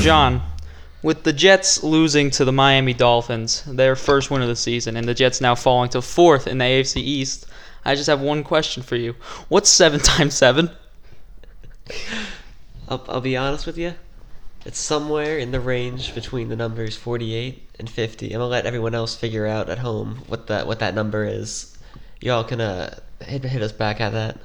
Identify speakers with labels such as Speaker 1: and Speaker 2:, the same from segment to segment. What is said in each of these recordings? Speaker 1: John, with the Jets losing to the Miami Dolphins, their first win of the season, and the Jets now falling to fourth in the AFC East, I just have one question for you. What's seven times seven?
Speaker 2: I'll, I'll be honest with you. It's somewhere in the range between the numbers 48 and 50. I'm gonna let everyone else figure out at home what that what that number is. Y'all can uh, hit hit us back at that.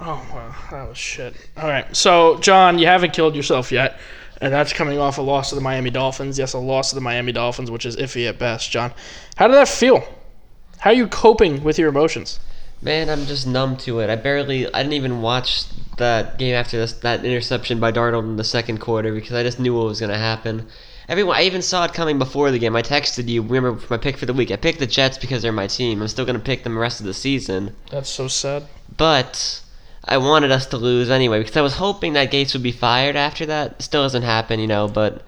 Speaker 3: Oh, wow. That was shit. All right. So, John, you haven't killed yourself yet. And that's coming off a loss to the Miami Dolphins. Yes, a loss to the Miami Dolphins, which is iffy at best, John. How did that feel? How are you coping with your emotions?
Speaker 2: Man, I'm just numb to it. I barely, I didn't even watch that game after this, that interception by Darnold in the second quarter because I just knew what was going to happen. Everyone, I even saw it coming before the game. I texted you. Remember my pick for the week? I picked the Jets because they're my team. I'm still going to pick them the rest of the season,
Speaker 3: That's so sad.
Speaker 2: but I wanted us to lose anyway because I was hoping that Gates would be fired after that. Still doesn't happen, you know. But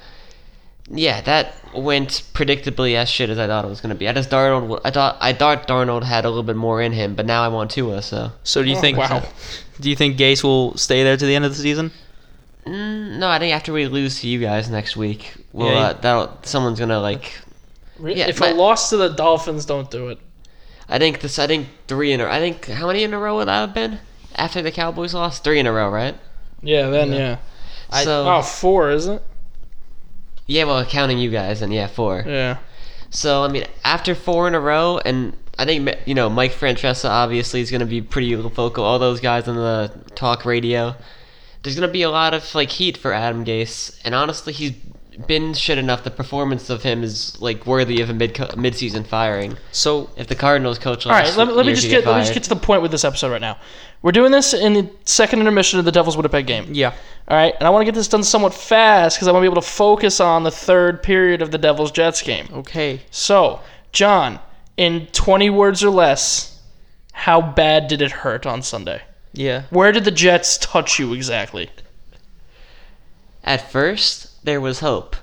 Speaker 2: yeah, that went predictably as shit as I thought it was going to be. I just Darnold. I thought I thought Darnold had a little bit more in him, but now I want Tua. So
Speaker 1: So do you
Speaker 3: Oh,
Speaker 1: think
Speaker 3: wow.
Speaker 1: do you think Gase will stay there to the end of the season?
Speaker 2: Mm, no, I think after we lose to you guys next week, well,
Speaker 1: Yeah,
Speaker 2: uh, that someone's going to like. Yeah,
Speaker 3: if
Speaker 2: but-
Speaker 3: a loss to the Dolphins, don't do it.
Speaker 2: I think this. I think three in a. I think how many in a row would that have been after the Cowboys lost? Three in a row, right?
Speaker 3: Yeah, then, yeah.
Speaker 1: I-
Speaker 2: so
Speaker 3: Oh, four, is it?
Speaker 2: yeah, well, counting you guys, and yeah, four.
Speaker 3: Yeah.
Speaker 2: So I mean, after four in a row, and I think you know Mike Francesa obviously is going to be pretty vocal. All those guys on the talk radio, there's going to be a lot of like heat for Adam Gase, and honestly, he's been shit enough. The performance of him is like worthy of a mid mid-season firing.
Speaker 1: So
Speaker 2: If the Cardinals coach,
Speaker 3: All right, let, me- let me just get let me just get to the point with this episode right now. We're doing this in the second intermission of the Devils Winnipeg game.
Speaker 1: yeah.
Speaker 3: All right, and I want to get this done somewhat fast because I want to be able to focus on the third period of the Devils Jets game.
Speaker 1: Okay.
Speaker 3: So, John, in 20 words or less, how bad did it hurt on Sunday?
Speaker 1: Yeah.
Speaker 3: Where did the Jets touch you exactly?
Speaker 2: At first, there was hope,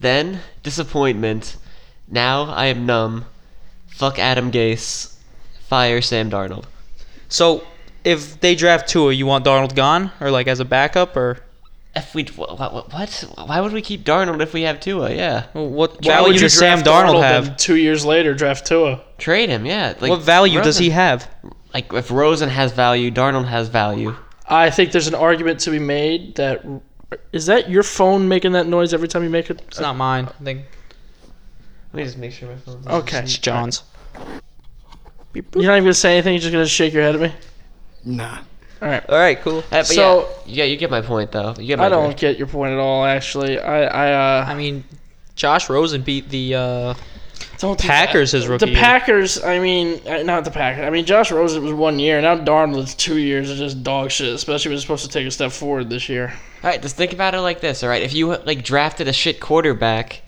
Speaker 2: then disappointment. Now I am numb. Fuck Adam Gase. Fire Sam Darnold.
Speaker 1: So if they draft Tua, you want Donald gone or like as a backup or
Speaker 2: If we what, what, what? Why would we keep Darnold if we have Tua? Yeah,
Speaker 1: what value does Sam
Speaker 3: draft
Speaker 1: Darnold
Speaker 3: and
Speaker 1: have?
Speaker 3: two years later, draft Tua.
Speaker 2: trade him. Yeah. Like,
Speaker 1: What value does he
Speaker 2: Rosen-
Speaker 1: have?
Speaker 2: Like if Rosen has value, Darnold has value.
Speaker 3: I think there's an argument to be made that is that your phone making that noise every time you make it.
Speaker 1: It's not mine. I think
Speaker 2: Let me just make sure my phone's.
Speaker 1: Oh,
Speaker 3: Okay,
Speaker 1: it's John's.
Speaker 3: you're not even gonna say anything. You're just gonna shake your head at me.
Speaker 4: Nah.
Speaker 3: All right.
Speaker 1: All right, cool.
Speaker 2: Uh, but
Speaker 3: So-
Speaker 2: yeah, yeah, you get my point though. You get my
Speaker 3: I don't
Speaker 2: drift.
Speaker 3: get your point at all. Actually, I I, uh,
Speaker 1: I mean, Josh Rosen beat the uh,
Speaker 3: don't do that.
Speaker 1: Packers his rookie.
Speaker 3: The
Speaker 1: year.
Speaker 3: Packers, I mean, uh, not the Packers. I mean, Josh Rosen was one year. Now Darnold's two years of just dog shit, especially when he's supposed to take a step forward this year.
Speaker 2: All right, just think about it like this. All right, if you like drafted a shit quarterback,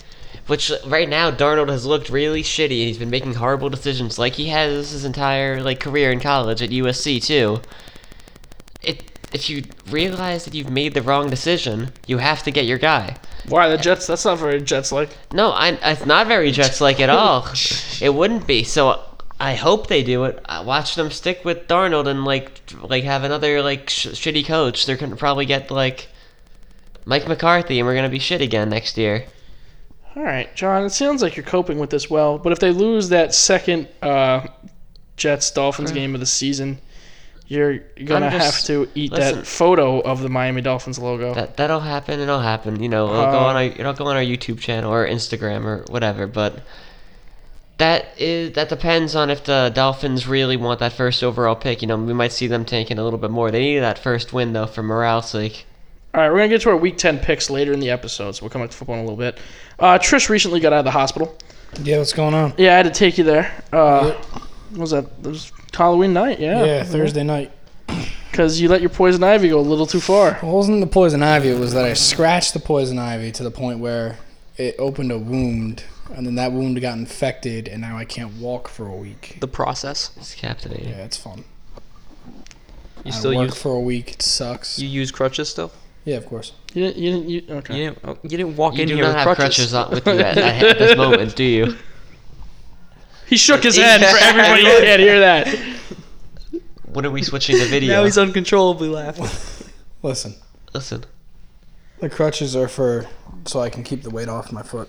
Speaker 2: which right now Darnold has looked really shitty and he's been making horrible decisions, like he has his entire like career in college at USC too. It if you realize that you've made the wrong decision, you have to get your guy.
Speaker 3: Why the Jets? That's not very Jets like.
Speaker 2: No, I, it's not very Jets like at all. It wouldn't be. So I hope they do it. I watch them stick with Darnold and like like have another like sh- shitty coach. They're gonna probably get like Mike McCarthy, and we're gonna be shit again next year.
Speaker 3: All right, John. It sounds like you're coping with this well, but if they lose that second uh, Jets Dolphins game of the season, you're gonna
Speaker 2: I'm
Speaker 3: have
Speaker 2: just-
Speaker 3: to eat
Speaker 2: listen.
Speaker 3: that photo of the Miami Dolphins logo.
Speaker 2: That that'll happen. It'll happen. You know, it'll go
Speaker 3: Uh,
Speaker 2: on our it'll go on our YouTube channel or Instagram or whatever. But that is that depends on if the Dolphins really want that first overall pick. You know, we might see them tanking a little bit more. They need that first win though for morale's sake.
Speaker 3: All right, we're gonna get to our Week Ten picks later in the episode, so we'll come back to football in a little bit. Uh, Trish recently got out of the hospital.
Speaker 4: Yeah, what's going on?
Speaker 3: Yeah, I had to take you there. Uh, what was that? It was Halloween night,
Speaker 4: Yeah,
Speaker 3: yeah.
Speaker 4: Thursday night.
Speaker 3: Because you let your poison ivy go a little too far.
Speaker 4: Well, it wasn't the poison ivy. It was that I scratched the poison ivy to the point where it opened a wound, and then that wound got infected, and now I can't walk for a week.
Speaker 1: the process.
Speaker 2: It's captivating.
Speaker 4: Yeah, it's fun.
Speaker 1: You
Speaker 4: I
Speaker 1: still
Speaker 4: work
Speaker 1: use
Speaker 4: for a week. It sucks.
Speaker 1: you use crutches still?
Speaker 4: yeah, of course.
Speaker 3: You didn't. You, didn't- you, okay.
Speaker 1: You didn't, oh, you didn't walk
Speaker 2: You
Speaker 1: in
Speaker 2: do
Speaker 1: here
Speaker 2: not
Speaker 1: with
Speaker 2: have
Speaker 1: crutches.
Speaker 2: crutches on, with you at, at this moment, do you?
Speaker 3: He shook his head for everybody who can't hear that.
Speaker 2: When are we switching to video?
Speaker 1: Now he's uncontrollably laughing.
Speaker 4: Listen,
Speaker 2: Listen,
Speaker 4: The crutches are for so I can keep the weight off my foot.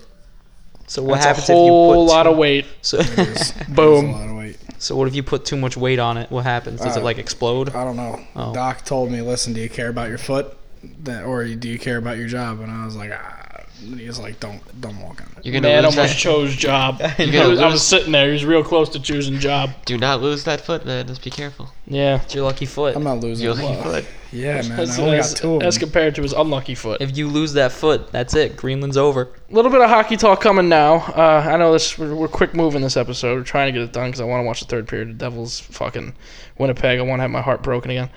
Speaker 1: So what
Speaker 3: That's
Speaker 1: happens
Speaker 3: a
Speaker 1: if you
Speaker 3: whole
Speaker 1: put
Speaker 3: lot
Speaker 1: too,
Speaker 3: of weight.
Speaker 1: so,
Speaker 4: It is- it is
Speaker 3: Boom.
Speaker 4: a lot of weight.
Speaker 1: so what if you put too much weight on it? What happens? Does it
Speaker 4: Uh,
Speaker 1: like explode?
Speaker 4: I don't know.
Speaker 1: Oh.
Speaker 4: Doc told me, "Listen, do you care about your foot, that, or do you care about your job?" And I was like, ah. and he was like, "Don't, don't walk on it."
Speaker 2: You're gonna
Speaker 3: Man
Speaker 2: lose
Speaker 3: almost
Speaker 2: that.
Speaker 3: chose job. I,
Speaker 1: know.
Speaker 3: was, I was sitting there. He was real close to choosing job.
Speaker 2: Do not lose that foot, man. Just be careful.
Speaker 3: Yeah.
Speaker 1: It's your lucky foot.
Speaker 4: I'm not losing.
Speaker 2: Your lucky
Speaker 4: Well,
Speaker 2: foot.
Speaker 4: Yeah, man.
Speaker 3: That's,
Speaker 4: I only got
Speaker 3: that's-
Speaker 4: two of them.
Speaker 3: that's compared to his unlucky foot.
Speaker 1: If you lose that foot, that's it. Greenland's over.
Speaker 3: little bit of hockey talk coming now. Uh, I know this. We're, we're quick moving this episode. We're trying to get it done because I want to watch the third period. The Devils, fucking Winnipeg. I want to have my heart broken again.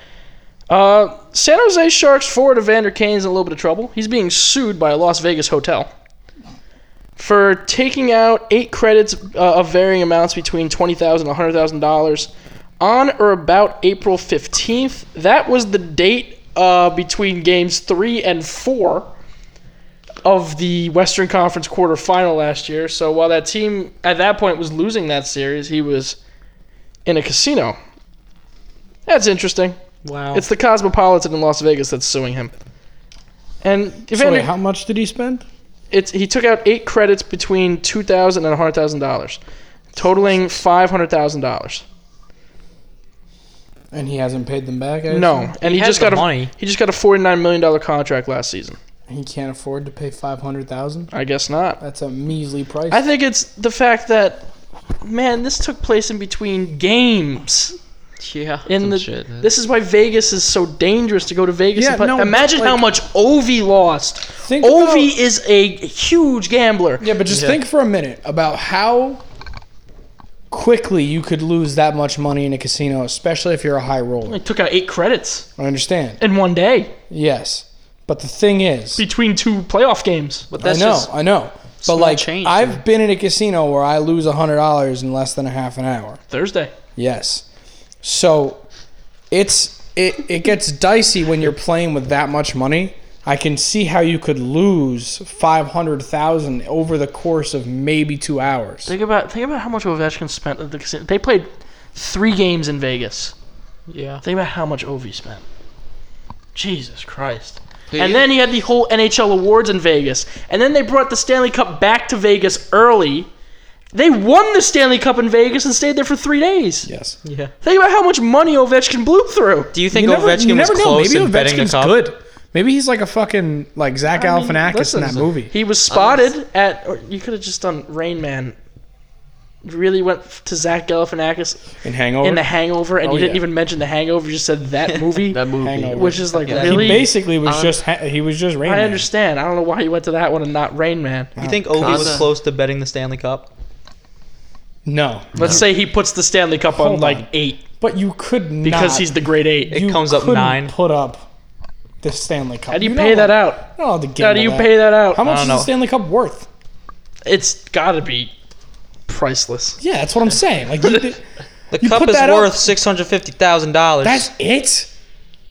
Speaker 3: Uh, San Jose Sharks forward Evander Kane's in a little bit of trouble. He's being sued by a Las Vegas hotel for taking out eight credits uh, of varying amounts between twenty thousand and hundred thousand dollars on or about April fifteenth. That was the date uh, between games three and four of the Western Conference quarterfinal last year. So while that team at that point was losing that series, he was in a casino. That's interesting.
Speaker 1: Wow.
Speaker 3: It's the Cosmopolitan in Las Vegas that's suing him. And
Speaker 4: So
Speaker 3: Evander,
Speaker 4: wait, how much did he spend?
Speaker 3: it's, he took out eight credits between two thousand and hundred thousand dollars, totaling five hundred thousand dollars.
Speaker 4: And he hasn't paid them back. I
Speaker 3: No,
Speaker 4: assume?
Speaker 3: and
Speaker 1: He
Speaker 3: he,
Speaker 1: had
Speaker 3: just
Speaker 1: the
Speaker 3: got a
Speaker 1: money.
Speaker 3: he just got a forty nine million dollar contract last season.
Speaker 4: he can't afford to pay five hundred thousand.
Speaker 3: I guess not.
Speaker 4: That's a measly price.
Speaker 3: I think it's the fact that, man, this took place in between games.
Speaker 1: yeah.
Speaker 3: in
Speaker 2: Some
Speaker 3: the
Speaker 2: shit, huh?
Speaker 3: this is why Vegas is so dangerous to go to Vegas.
Speaker 4: Yeah,
Speaker 3: and play.
Speaker 4: no,
Speaker 3: Imagine
Speaker 4: but,
Speaker 3: how
Speaker 4: like-
Speaker 3: much Ovi lost.
Speaker 4: Think
Speaker 3: Ovi
Speaker 4: about-
Speaker 3: is a huge gambler.
Speaker 4: Yeah, but just think for a minute about how quickly you could lose that much money in a casino, especially if you're a high roller.
Speaker 3: He took out eight credits
Speaker 4: I understand.
Speaker 3: in one day
Speaker 4: Yes. But the thing is,
Speaker 3: between two playoff games.
Speaker 1: But
Speaker 4: I
Speaker 1: that's
Speaker 4: know,
Speaker 1: just
Speaker 4: I know. But
Speaker 1: small
Speaker 4: like
Speaker 1: change,
Speaker 4: I've
Speaker 1: man.
Speaker 4: been in a casino where I lose $100 in less than a half an hour.
Speaker 3: Thursday.
Speaker 4: Yes. So it's it it gets dicey when you're playing with that much money. I can see how you could lose 500,000 over the course of maybe 2 hours.
Speaker 3: Think about think about how much Ovechkin spent at the casino. They played three games in Vegas.
Speaker 1: yeah.
Speaker 3: Think about how much Ovi spent. Jesus Christ.
Speaker 2: Who
Speaker 3: And
Speaker 2: you-
Speaker 3: then he had the whole NHL awards in Vegas. And then they brought the Stanley Cup back to Vegas early. They won the Stanley Cup in Vegas and stayed there for three days.
Speaker 4: Yes.
Speaker 1: Yeah.
Speaker 3: Think about how much money Ovechkin blew through.
Speaker 1: Do you think
Speaker 4: you never,
Speaker 1: Ovechkin
Speaker 4: you
Speaker 1: was
Speaker 4: never know.
Speaker 1: close
Speaker 4: Maybe
Speaker 1: in betting the
Speaker 4: Ovechkin's
Speaker 1: cup?
Speaker 4: good. Maybe he's like a fucking like Zach
Speaker 3: I mean,
Speaker 4: Galifianakis
Speaker 3: listen,
Speaker 4: in that movie.
Speaker 3: He was spotted at. Or you could have just done Rain Man. Really went f- to Zach Galifianakis
Speaker 4: In Hangover.
Speaker 3: in The Hangover, and
Speaker 4: Oh,
Speaker 3: you didn't
Speaker 4: yeah.
Speaker 3: even mention The Hangover. You just said that movie,
Speaker 2: That movie.
Speaker 4: Hangover.
Speaker 3: which is like
Speaker 2: Yeah.
Speaker 4: he
Speaker 2: He
Speaker 3: really.
Speaker 4: basically was
Speaker 2: Um,
Speaker 4: just ha- he was just Rain
Speaker 3: I
Speaker 4: Man.
Speaker 3: understand. I don't know why you went to that one and not Rain Man.
Speaker 1: You think Ovi was
Speaker 2: Kinda.
Speaker 1: close to betting the Stanley Cup?
Speaker 4: No,
Speaker 3: Let's say he puts the Stanley Cup on
Speaker 4: Hold
Speaker 3: like
Speaker 4: on.
Speaker 3: eight
Speaker 4: but you could not
Speaker 3: because he's the great eight.
Speaker 1: It
Speaker 4: you
Speaker 1: comes up
Speaker 4: couldn't
Speaker 1: nine.
Speaker 4: Put up the Stanley Cup.
Speaker 3: How do you
Speaker 4: know
Speaker 3: pay that
Speaker 4: how-
Speaker 3: out?
Speaker 4: you know how to
Speaker 3: How do
Speaker 4: gamble
Speaker 3: you
Speaker 4: that.
Speaker 3: pay that out?
Speaker 4: How much
Speaker 1: don't
Speaker 4: is
Speaker 1: know.
Speaker 4: the Stanley Cup worth?
Speaker 3: It's gotta be priceless.
Speaker 4: Yeah, that's what I'm saying. Like you did,
Speaker 1: The
Speaker 4: You
Speaker 1: cup
Speaker 4: put
Speaker 1: is
Speaker 4: that up-
Speaker 1: worth six hundred fifty thousand dollars.
Speaker 4: that's it.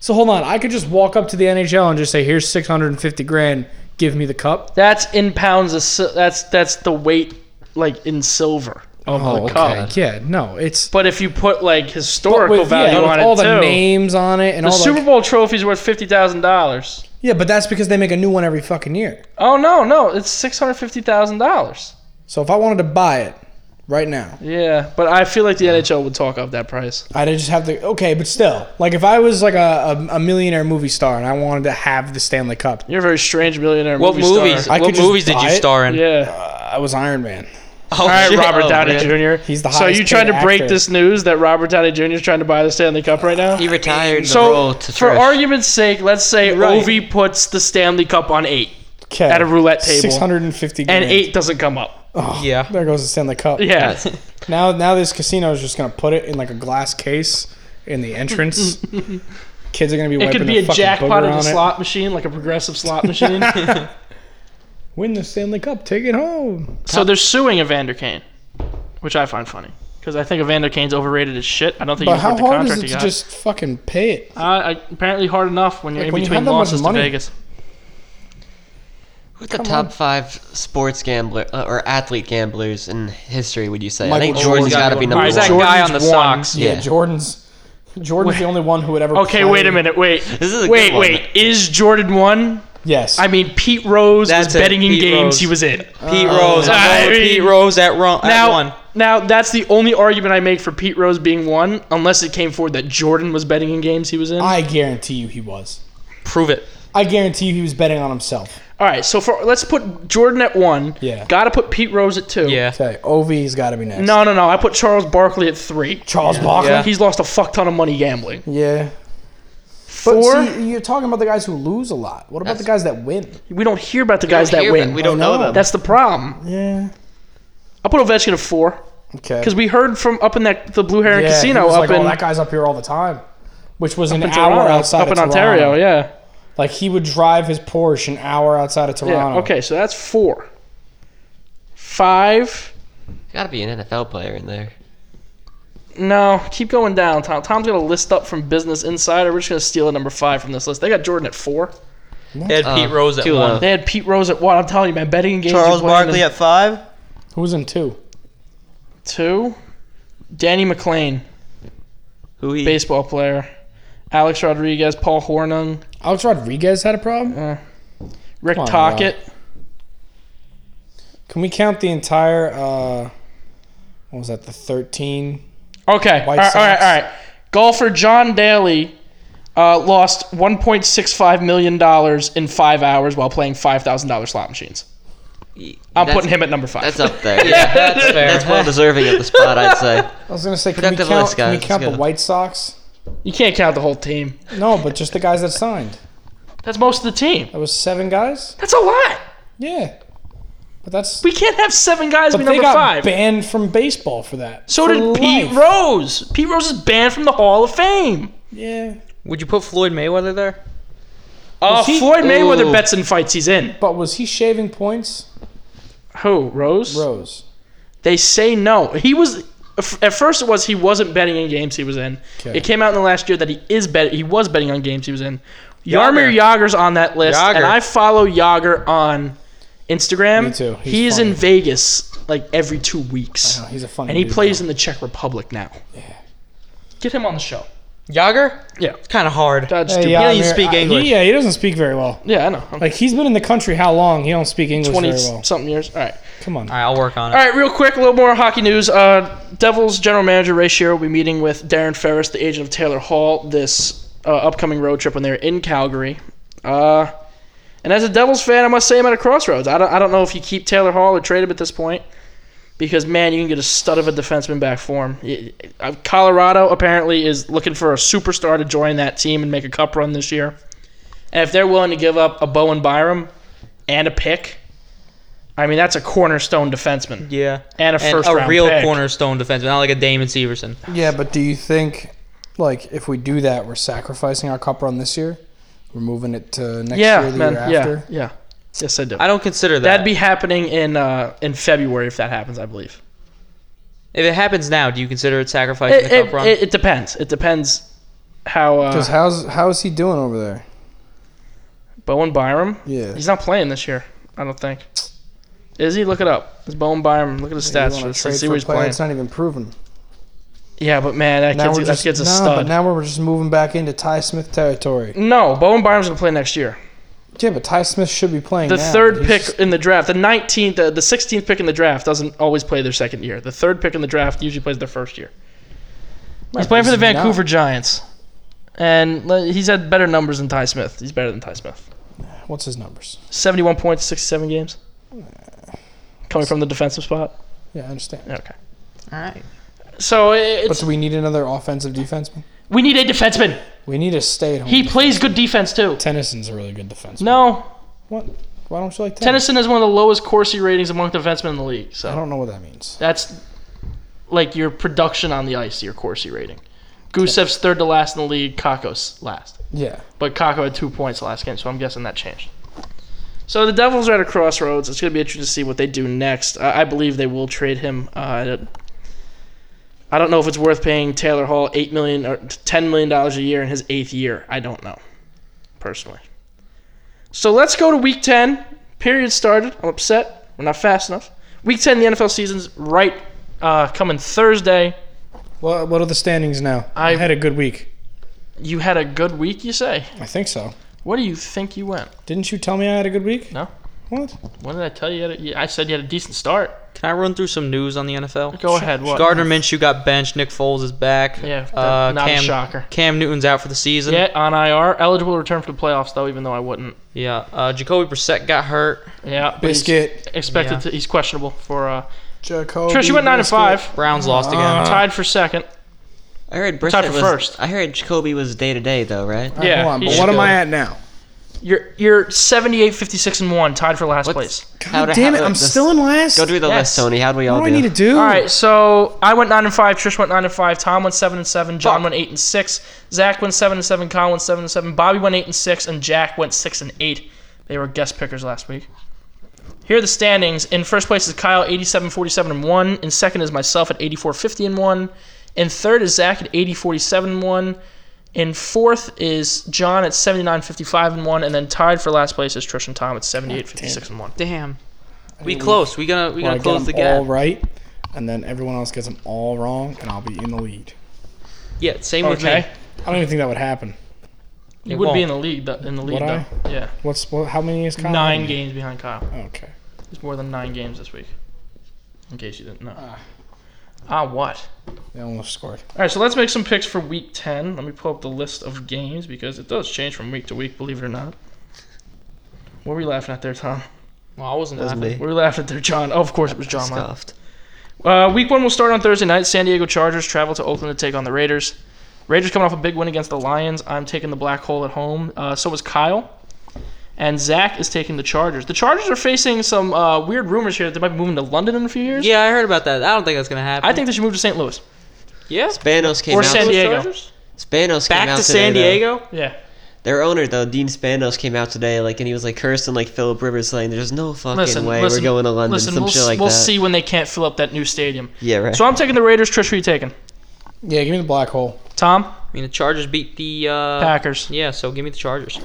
Speaker 4: So hold on, I could just walk up to the NHL and just say, "Here's 650 grand. Give me the cup."
Speaker 3: That's in pounds. Of, sil- that's that's the weight, like in silver.
Speaker 4: Oh,
Speaker 3: the cup.
Speaker 4: Yeah, no, it's
Speaker 3: But if you put like historical
Speaker 4: with-
Speaker 3: value
Speaker 4: yeah, with
Speaker 3: on
Speaker 4: all
Speaker 3: it
Speaker 4: the
Speaker 3: too,
Speaker 4: names on it and
Speaker 3: the
Speaker 4: all
Speaker 3: Super
Speaker 4: like-
Speaker 3: Bowl trophy's worth fifty thousand dollars.
Speaker 4: yeah, but that's because they make a new one every fucking year.
Speaker 3: Oh no, no, it's six hundred fifty thousand dollars.
Speaker 4: So if I wanted to buy it right now,
Speaker 3: Yeah, but I feel like the NHL would talk up that price.
Speaker 4: I'd just have to. Okay, but still, like if I was like a, a, a millionaire movie star and I wanted to have the Stanley Cup,
Speaker 3: You're a very strange millionaire.
Speaker 1: what
Speaker 3: movie star.
Speaker 1: movies?
Speaker 4: I
Speaker 1: what
Speaker 4: could just
Speaker 1: movies did
Speaker 4: buy
Speaker 1: you
Speaker 4: it.
Speaker 1: star in?
Speaker 3: Yeah.
Speaker 4: uh, I was Iron Man.
Speaker 1: Oh,
Speaker 3: All right,
Speaker 1: shit.
Speaker 3: Robert
Speaker 1: Oh,
Speaker 3: Downey
Speaker 1: man.
Speaker 3: Jr.
Speaker 4: He's the
Speaker 3: So
Speaker 4: highest
Speaker 3: you trying to
Speaker 4: paid
Speaker 3: break
Speaker 4: actor.
Speaker 3: this news that Robert Downey Jr. is trying to buy the Stanley Cup right now?
Speaker 2: He retired the
Speaker 3: So,
Speaker 2: role to
Speaker 3: for
Speaker 2: Trish.
Speaker 3: argument's sake, let's say
Speaker 1: Right.
Speaker 3: Ovi puts the Stanley Cup on eight,
Speaker 4: Okay,
Speaker 3: At a roulette table.
Speaker 4: six hundred and fifty.
Speaker 3: and eight doesn't come up.
Speaker 1: Yeah.
Speaker 4: There goes the Stanley Cup.
Speaker 3: Yeah,
Speaker 4: Now, now this casino is just gonna put it in like a glass case in the entrance. Kids are gonna be
Speaker 3: it
Speaker 4: wiping
Speaker 3: could be
Speaker 4: their
Speaker 3: a
Speaker 4: fucking
Speaker 3: jackpot
Speaker 4: booger
Speaker 3: in a
Speaker 4: on it.
Speaker 3: slot machine, like a progressive slot machine.
Speaker 4: Win the Stanley Cup. Take it home.
Speaker 3: so they're suing Evander Kane, which I find funny because I think Evander Kane's overrated as shit. I don't think
Speaker 4: But
Speaker 3: he's
Speaker 4: how
Speaker 3: worth the
Speaker 4: hard
Speaker 3: contract
Speaker 4: is
Speaker 3: he
Speaker 4: it to
Speaker 3: got.
Speaker 4: just fucking pay it?
Speaker 3: uh, I, apparently, hard enough when you're
Speaker 4: Like,
Speaker 3: in
Speaker 4: when you
Speaker 3: between
Speaker 4: have that much
Speaker 3: losses to
Speaker 4: money.
Speaker 3: Vegas.
Speaker 2: Who's the top five sports gambler uh, or athlete gamblers in history? Would you say? I
Speaker 4: Michael
Speaker 2: think Jordan's
Speaker 4: Jordan's
Speaker 2: got to
Speaker 1: gotta
Speaker 2: be
Speaker 1: be one.
Speaker 2: number one.
Speaker 1: Who's that
Speaker 4: Jordan's
Speaker 1: guy on the
Speaker 4: won.
Speaker 1: socks?
Speaker 4: Yeah,
Speaker 2: Yeah.
Speaker 4: Jordan's. Jordan's the only one who would ever.
Speaker 3: Okay,
Speaker 4: play
Speaker 3: wait a minute. Wait,
Speaker 2: This is a
Speaker 3: wait,
Speaker 2: good one.
Speaker 3: wait. Is Jordan one?
Speaker 4: Yes.
Speaker 3: I mean, Pete Rose
Speaker 1: That's
Speaker 3: was
Speaker 1: it,
Speaker 3: betting in
Speaker 1: Pete
Speaker 3: games
Speaker 1: Rose.
Speaker 3: he was in.
Speaker 1: Pete Rose. I'm
Speaker 3: I
Speaker 1: going with Pete
Speaker 3: mean-
Speaker 1: Rose at, run, at one.
Speaker 3: Now, now that's the only argument I make for Pete Rose being one, unless it came forward that Jordan was betting in games he was in.
Speaker 4: I guarantee you he was.
Speaker 1: Prove it.
Speaker 4: I guarantee you he was betting on himself.
Speaker 3: All right, so for let's put Jordan at one.
Speaker 4: Yeah.
Speaker 3: Got to put Pete Rose at two.
Speaker 1: Yeah.
Speaker 4: Okay, Ovi's got to be next.
Speaker 3: No, no, no. I put Charles Barkley at three.
Speaker 4: Charles Barkley.
Speaker 1: Yeah.
Speaker 4: Yeah.
Speaker 3: He's lost a fuck ton of money gambling.
Speaker 4: But
Speaker 3: Four.
Speaker 4: see, you're talking about the guys who lose a lot. What about the guys that win?
Speaker 3: we don't hear about the guys that
Speaker 2: hear
Speaker 3: win.
Speaker 2: about- We don't
Speaker 4: I
Speaker 2: know
Speaker 4: know.
Speaker 2: them.
Speaker 3: That's the problem.
Speaker 4: Yeah.
Speaker 3: I put Ovechkin at four
Speaker 4: Okay.
Speaker 3: because we heard from up in that the Blue Heron
Speaker 4: yeah,
Speaker 3: Casino
Speaker 4: he was
Speaker 3: up
Speaker 4: like,
Speaker 3: in
Speaker 4: oh, that guy's up here all the time, which was an
Speaker 3: in
Speaker 4: hour
Speaker 3: Toronto,
Speaker 4: outside
Speaker 3: up
Speaker 4: of
Speaker 3: in Ontario.
Speaker 4: Toronto.
Speaker 3: Yeah.
Speaker 4: Like he would drive his Porsche an hour outside of
Speaker 3: Yeah.
Speaker 4: Toronto.
Speaker 3: Okay, so that's four. Five.
Speaker 2: Gotta be an NFL player in there.
Speaker 3: No, keep going down, Tom. Tom's gonna list up from Business Insider. We're just gonna steal a number five from this list. They got Jordan at four.
Speaker 1: They had Pete
Speaker 2: Uh,
Speaker 1: Rose at
Speaker 2: too
Speaker 1: one.
Speaker 2: low.
Speaker 3: They had Pete Rose at one. I'm telling you, man, betting games.
Speaker 5: Charles Barkley at five.
Speaker 4: Who was in two?
Speaker 3: two. Danny McLean,
Speaker 2: Who he?
Speaker 3: baseball player. Alex Rodriguez, Paul Hornung, uh,
Speaker 4: Alex Rodriguez had a problem.
Speaker 3: Rick
Speaker 4: Come on,
Speaker 3: Tockett.
Speaker 4: Can we count the entire? uh What was that? The thirteen.
Speaker 3: Okay.
Speaker 4: White
Speaker 3: all right, all right,
Speaker 4: Sox.
Speaker 3: all right. Golfer John Daly uh, lost 1.65 million dollars in five hours while playing five thousand dollar slot machines. I'm
Speaker 2: That's-
Speaker 3: putting him at number five.
Speaker 2: That's up there. yeah, that's fair. That's well deserving of the spot, I'd say.
Speaker 4: I was gonna say, can we
Speaker 2: Productive
Speaker 4: count,
Speaker 2: list,
Speaker 4: can we
Speaker 2: guys.
Speaker 4: count the
Speaker 2: Let's go.
Speaker 4: White Sox?
Speaker 3: you can't count the whole team.
Speaker 4: No, but just the guys that signed.
Speaker 3: That's most of the team.
Speaker 4: That was seven guys.
Speaker 3: That's a lot.
Speaker 4: Yeah, but that's.
Speaker 3: We can't have seven guys
Speaker 4: but
Speaker 3: be
Speaker 4: they
Speaker 3: number
Speaker 4: got
Speaker 3: five.
Speaker 4: banned from baseball for that.
Speaker 3: so
Speaker 4: For
Speaker 3: did Pete
Speaker 4: life.
Speaker 3: Rose. Pete Rose is banned from the Hall of Fame.
Speaker 4: Yeah,
Speaker 1: Would you put Floyd Mayweather there?
Speaker 3: Oh,
Speaker 4: he-
Speaker 3: Floyd Mayweather
Speaker 2: Ooh.
Speaker 3: bets in fights he's in.
Speaker 4: but was he shaving points?
Speaker 3: Who? Rose?
Speaker 4: Rose.
Speaker 3: They say no. He was at first it was he wasn't betting in games he was in.
Speaker 4: Okay.
Speaker 3: It came out in the last year that he is bet he was betting on games he was in. Yarmir
Speaker 1: Yager.
Speaker 3: Yager's on that list, and
Speaker 1: Yager.
Speaker 3: I follow Yager on Instagram.
Speaker 4: Me too. He's
Speaker 3: He's in
Speaker 4: funny.
Speaker 3: Vegas like every two weeks,
Speaker 4: No, he's a funny.
Speaker 3: and he
Speaker 4: dude,
Speaker 3: plays
Speaker 4: though.
Speaker 3: in the Czech Republic now. Yeah. Get him on the show.
Speaker 1: Yager?
Speaker 3: Yeah.
Speaker 1: Kind of hard.
Speaker 3: That's
Speaker 4: Hey,
Speaker 3: stupid.
Speaker 4: yeah,
Speaker 1: He doesn't
Speaker 4: Amir-
Speaker 1: speak
Speaker 4: I- he-
Speaker 1: English.
Speaker 4: yeah, he doesn't speak very well.
Speaker 3: Yeah, I know. I'm
Speaker 4: Like he's been in the country how long? He don't speak English
Speaker 3: Twenty
Speaker 4: very well.
Speaker 3: something years. All right.
Speaker 4: Come on.
Speaker 1: All right, I'll work on it.
Speaker 3: All right, real quick, a little more hockey news. Uh, Devils general manager Ray Shearer will be meeting with Darren Ferris, the agent of Taylor Hall, this uh, upcoming road trip when they're in Calgary. Uh, and as a Devils fan, I must say I'm at a crossroads. I don't, I don't know if you keep Taylor Hall or trade him at this point, because man, you can get a stud of a defenseman back for him. Y- uh, Colorado apparently is looking for a superstar to join that team and make a cup run this year. And if they're willing to give up a Bowen Byram and a pick, I mean that's a cornerstone defenseman
Speaker 1: Yeah.
Speaker 3: and a
Speaker 1: And
Speaker 3: first
Speaker 1: a
Speaker 3: round
Speaker 1: real
Speaker 3: pick.
Speaker 1: cornerstone defenseman, not like a Damon Severson.
Speaker 4: Yeah, but do you think, like, if we do that, we're sacrificing our cup run this year? We're moving it to next
Speaker 3: Yeah,
Speaker 4: year, the
Speaker 3: man.
Speaker 4: year
Speaker 3: Yeah,
Speaker 4: after.
Speaker 3: yeah. Yes, I do.
Speaker 1: I don't consider that.
Speaker 3: That'd be happening in uh, in February if that happens, I believe.
Speaker 1: if it happens now, do you consider it sacrificing
Speaker 3: It,
Speaker 1: the cup
Speaker 3: it,
Speaker 1: run?
Speaker 3: it, it depends. It depends how
Speaker 4: Because
Speaker 3: uh,
Speaker 4: how's how is he doing over there?
Speaker 3: Bowen Byram.
Speaker 4: Yeah.
Speaker 3: He's not playing this year. I don't think. Is he? Look it up. It's Bowen Byram. Look at his stats.
Speaker 4: You
Speaker 3: For,
Speaker 4: wanna
Speaker 3: see
Speaker 4: trade for
Speaker 3: where
Speaker 4: a
Speaker 3: he's
Speaker 4: player
Speaker 3: playing.
Speaker 4: that's not even proven.
Speaker 3: Yeah, but man, that
Speaker 4: Now
Speaker 3: kid's,
Speaker 4: we're
Speaker 3: that
Speaker 4: just
Speaker 3: kid's a
Speaker 4: no,
Speaker 3: stud.
Speaker 4: but now we're just moving back into Ty Smith territory.
Speaker 3: no, Bowen Byram's gonna play next year.
Speaker 4: Yeah, but Ty Smith should be playing.
Speaker 3: The
Speaker 4: now.
Speaker 3: third
Speaker 4: He's
Speaker 3: pick
Speaker 4: just-
Speaker 3: in the draft, the nineteenth, uh, the sixteenth pick in the draft doesn't always play their second year. The third pick in the draft usually plays their first year. He's playing for the
Speaker 4: He's not.
Speaker 3: Vancouver Giants, and uh, he's had better numbers than Ty Smith. He's better than Ty Smith.
Speaker 4: What's his numbers?
Speaker 3: Seventy-one points, sixty-seven games. Coming from the defensive spot.
Speaker 4: Yeah, I understand.
Speaker 3: Yeah, Okay.
Speaker 1: All right.
Speaker 3: So i-
Speaker 4: But
Speaker 3: it's,
Speaker 4: do we need another offensive defenseman?
Speaker 3: we need a defenseman.
Speaker 4: We need a stay-at-home.
Speaker 3: He plays good defense too.
Speaker 4: Tennison's a really good defenseman.
Speaker 3: No,
Speaker 4: What? Why don't you like Tennyson?
Speaker 3: Tennyson has one of the lowest Corsi ratings among defensemen in the league.
Speaker 4: I
Speaker 3: So
Speaker 4: don't know what that means.
Speaker 3: that's like your production on the ice, your Corsi rating. Gusev's third to last in the league. Kakos last.
Speaker 4: Yeah.
Speaker 3: But Kako had two points last game, so I'm guessing that changed. So the Devils are at a crossroads. It's going to be interesting to see what they do next. I, I believe they will trade him. Uh, I, don't, I don't know if it's worth paying Taylor Hall eight million or ten million dollars a year in his eighth year. I don't know, personally. So let's go to Week Ten. Period started. I'm upset. We're not fast enough. Week Ten, the NFL season's right uh, coming Thursday.
Speaker 4: What What are the standings now?
Speaker 3: I-
Speaker 4: I had a good week.
Speaker 3: You had a good week, you say?
Speaker 4: I think so.
Speaker 3: What do you think you went?
Speaker 4: Didn't you tell me I had a good week?
Speaker 3: No.
Speaker 4: What?
Speaker 3: When did I tell you? you? had a- you- I said you had a decent start.
Speaker 1: Can I run through some news on the NFL?
Speaker 3: Go ahead. What?
Speaker 1: Gardner Minshew got benched. Nick Foles is back.
Speaker 3: Yeah,
Speaker 1: Uh,
Speaker 3: not
Speaker 1: Cam,
Speaker 3: a shocker.
Speaker 1: Cam Newton's out for the season.
Speaker 3: Yeah, on IR, eligible to return for the playoffs though, even though I wouldn't.
Speaker 1: Yeah. Uh, Jacoby Brissett got hurt.
Speaker 3: Yeah, but he's
Speaker 4: Biscuit.
Speaker 3: expected
Speaker 1: Yeah.
Speaker 3: to. He's questionable for. uh
Speaker 4: Jacoby
Speaker 3: Trish, you went nine and
Speaker 4: Biscuit. Uh-huh.
Speaker 3: five,
Speaker 1: Browns lost again.
Speaker 3: tied for second.
Speaker 2: I heard
Speaker 3: Tied
Speaker 2: Brissett
Speaker 3: for
Speaker 2: was.
Speaker 3: first.
Speaker 2: I heard Jacoby was day to day though, right?
Speaker 4: All right,
Speaker 3: Yeah,
Speaker 4: Hold on,
Speaker 3: he
Speaker 4: but
Speaker 3: should
Speaker 4: what am
Speaker 3: go.
Speaker 4: I at now?
Speaker 3: You're you're 78, 56, and one, tied for last
Speaker 2: What's-
Speaker 3: place.
Speaker 2: how
Speaker 4: God
Speaker 2: to-
Speaker 4: damn it!
Speaker 2: how-
Speaker 4: I'm
Speaker 2: this-
Speaker 4: still in last.
Speaker 2: Go through the
Speaker 3: Yes.
Speaker 2: list, Tony. How do we all
Speaker 4: what do I
Speaker 2: do?
Speaker 4: need to do?
Speaker 3: All right, so I went nine and five. Trish went nine and five. Tom went seven and seven. John
Speaker 2: Fuck.
Speaker 3: went eight and six. Zach went seven and seven. Colin went seven and seven. Bobby went eight and six, and Jack went six and eight. They were guest pickers last week. Here are the standings. In first place is Kyle, 87, 47, and one. In second is myself at 84, 50, and one. In third is Zach at 80, 47, and one. In fourth is John at 79, 55, and one. And then tied for last place is Trish and Tom at
Speaker 4: Ah,
Speaker 3: 78, 56, and one.
Speaker 1: Damn. We close. We gonna we
Speaker 4: Well, I
Speaker 1: gonna
Speaker 4: get
Speaker 1: close
Speaker 4: them
Speaker 1: the gap.
Speaker 4: all right, and then everyone else gets them all wrong, and I'll be in the lead.
Speaker 1: Yeah. Same with me.
Speaker 3: Okay.
Speaker 4: I don't even think that would happen.
Speaker 3: You
Speaker 1: It
Speaker 3: would
Speaker 1: won't.
Speaker 3: be in the lead, though- in the lead
Speaker 4: Would I?
Speaker 3: though. Yeah.
Speaker 4: What's what, how many is Kyle?
Speaker 3: Nine games behind Kyle.
Speaker 4: Okay.
Speaker 3: It's more than nine games this week. In case you didn't know. Ah, what?
Speaker 4: They almost scored.
Speaker 3: All right, so let's make some picks for week 10. Let me pull up the list of games because it does change from week to week, believe it or not. What were you laughing at there, Tom?
Speaker 1: Well, I wasn't
Speaker 2: That was
Speaker 1: laughing.
Speaker 2: me.
Speaker 3: What were you laughing at there, John? Oh, of course it was John. my-
Speaker 2: Scuffed.
Speaker 3: Uh, week one will start on Thursday night. San Diego Chargers travel to Oakland to take on the Raiders. Raiders coming off a big win against the Lions. I'm taking the black hole at home. Uh, so is Kyle. And Zach is taking the Chargers. The Chargers are facing some uh, weird rumors here that they might be moving to London in a few years.
Speaker 1: Yeah, I heard about that. I don't think that's gonna happen.
Speaker 3: I think they should move to St. Louis
Speaker 1: Yeah.
Speaker 2: Spanos came
Speaker 3: or
Speaker 2: out.
Speaker 3: San Diego.
Speaker 1: Chargers?
Speaker 2: Spanos came
Speaker 1: Back
Speaker 2: out
Speaker 1: to
Speaker 2: today,
Speaker 1: San
Speaker 2: though.
Speaker 1: Diego.
Speaker 3: Yeah.
Speaker 2: Their owner though, Dean Spanos, came out today, like, and he was like cursing like Philip Rivers, saying, "There's no fucking
Speaker 3: Listen,
Speaker 2: way
Speaker 3: listen,
Speaker 2: we're going to London."
Speaker 3: Listen,
Speaker 2: some
Speaker 3: we'll,
Speaker 2: shit like
Speaker 3: we'll
Speaker 2: that.
Speaker 3: see when they can't fill up that new stadium.
Speaker 2: Yeah, right.
Speaker 3: So I'm taking the Raiders. Trish, who you taking?
Speaker 4: Yeah, give me the black hole.
Speaker 3: Tom?
Speaker 1: I mean, the Chargers beat the uh,
Speaker 3: Packers.
Speaker 1: Yeah, so give me the Chargers.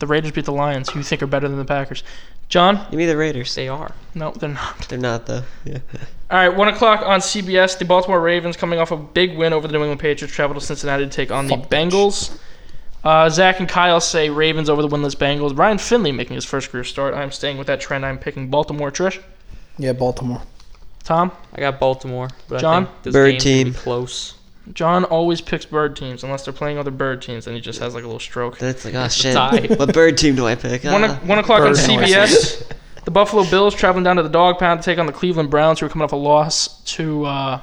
Speaker 3: The Raiders beat the Lions, who you think are better than the Packers. John?
Speaker 2: Give me the Raiders.
Speaker 1: They are.
Speaker 3: No, they're not.
Speaker 2: They're not though. Yeah.
Speaker 3: All right, one o'clock on CBS. The Baltimore Ravens, coming off a big win over the New England Patriots, travel to Cincinnati to take on the
Speaker 4: Fuck bitch.
Speaker 3: Bengals. Uh, Zach and Kyle say Ravens over the winless Bengals. Ryan Finley making his first career start. I'm staying with that trend. I'm picking Baltimore. Trish,
Speaker 4: Yeah, Baltimore.
Speaker 3: Tom,
Speaker 1: I got Baltimore. But
Speaker 3: John?
Speaker 1: I think this
Speaker 2: Bird
Speaker 1: game's gonna be
Speaker 2: team.
Speaker 1: close.
Speaker 3: John always picks bird teams unless they're playing other bird teams, and he just has like a little stroke.
Speaker 2: That's like, oh
Speaker 1: tie.
Speaker 2: shit. what bird team do I pick?
Speaker 3: One,
Speaker 2: Ah.
Speaker 3: o- one o'clock on
Speaker 4: Bird
Speaker 3: CBS. the Buffalo Bills traveling down to the dog pound to take on the Cleveland Browns, who are coming off a loss to uh,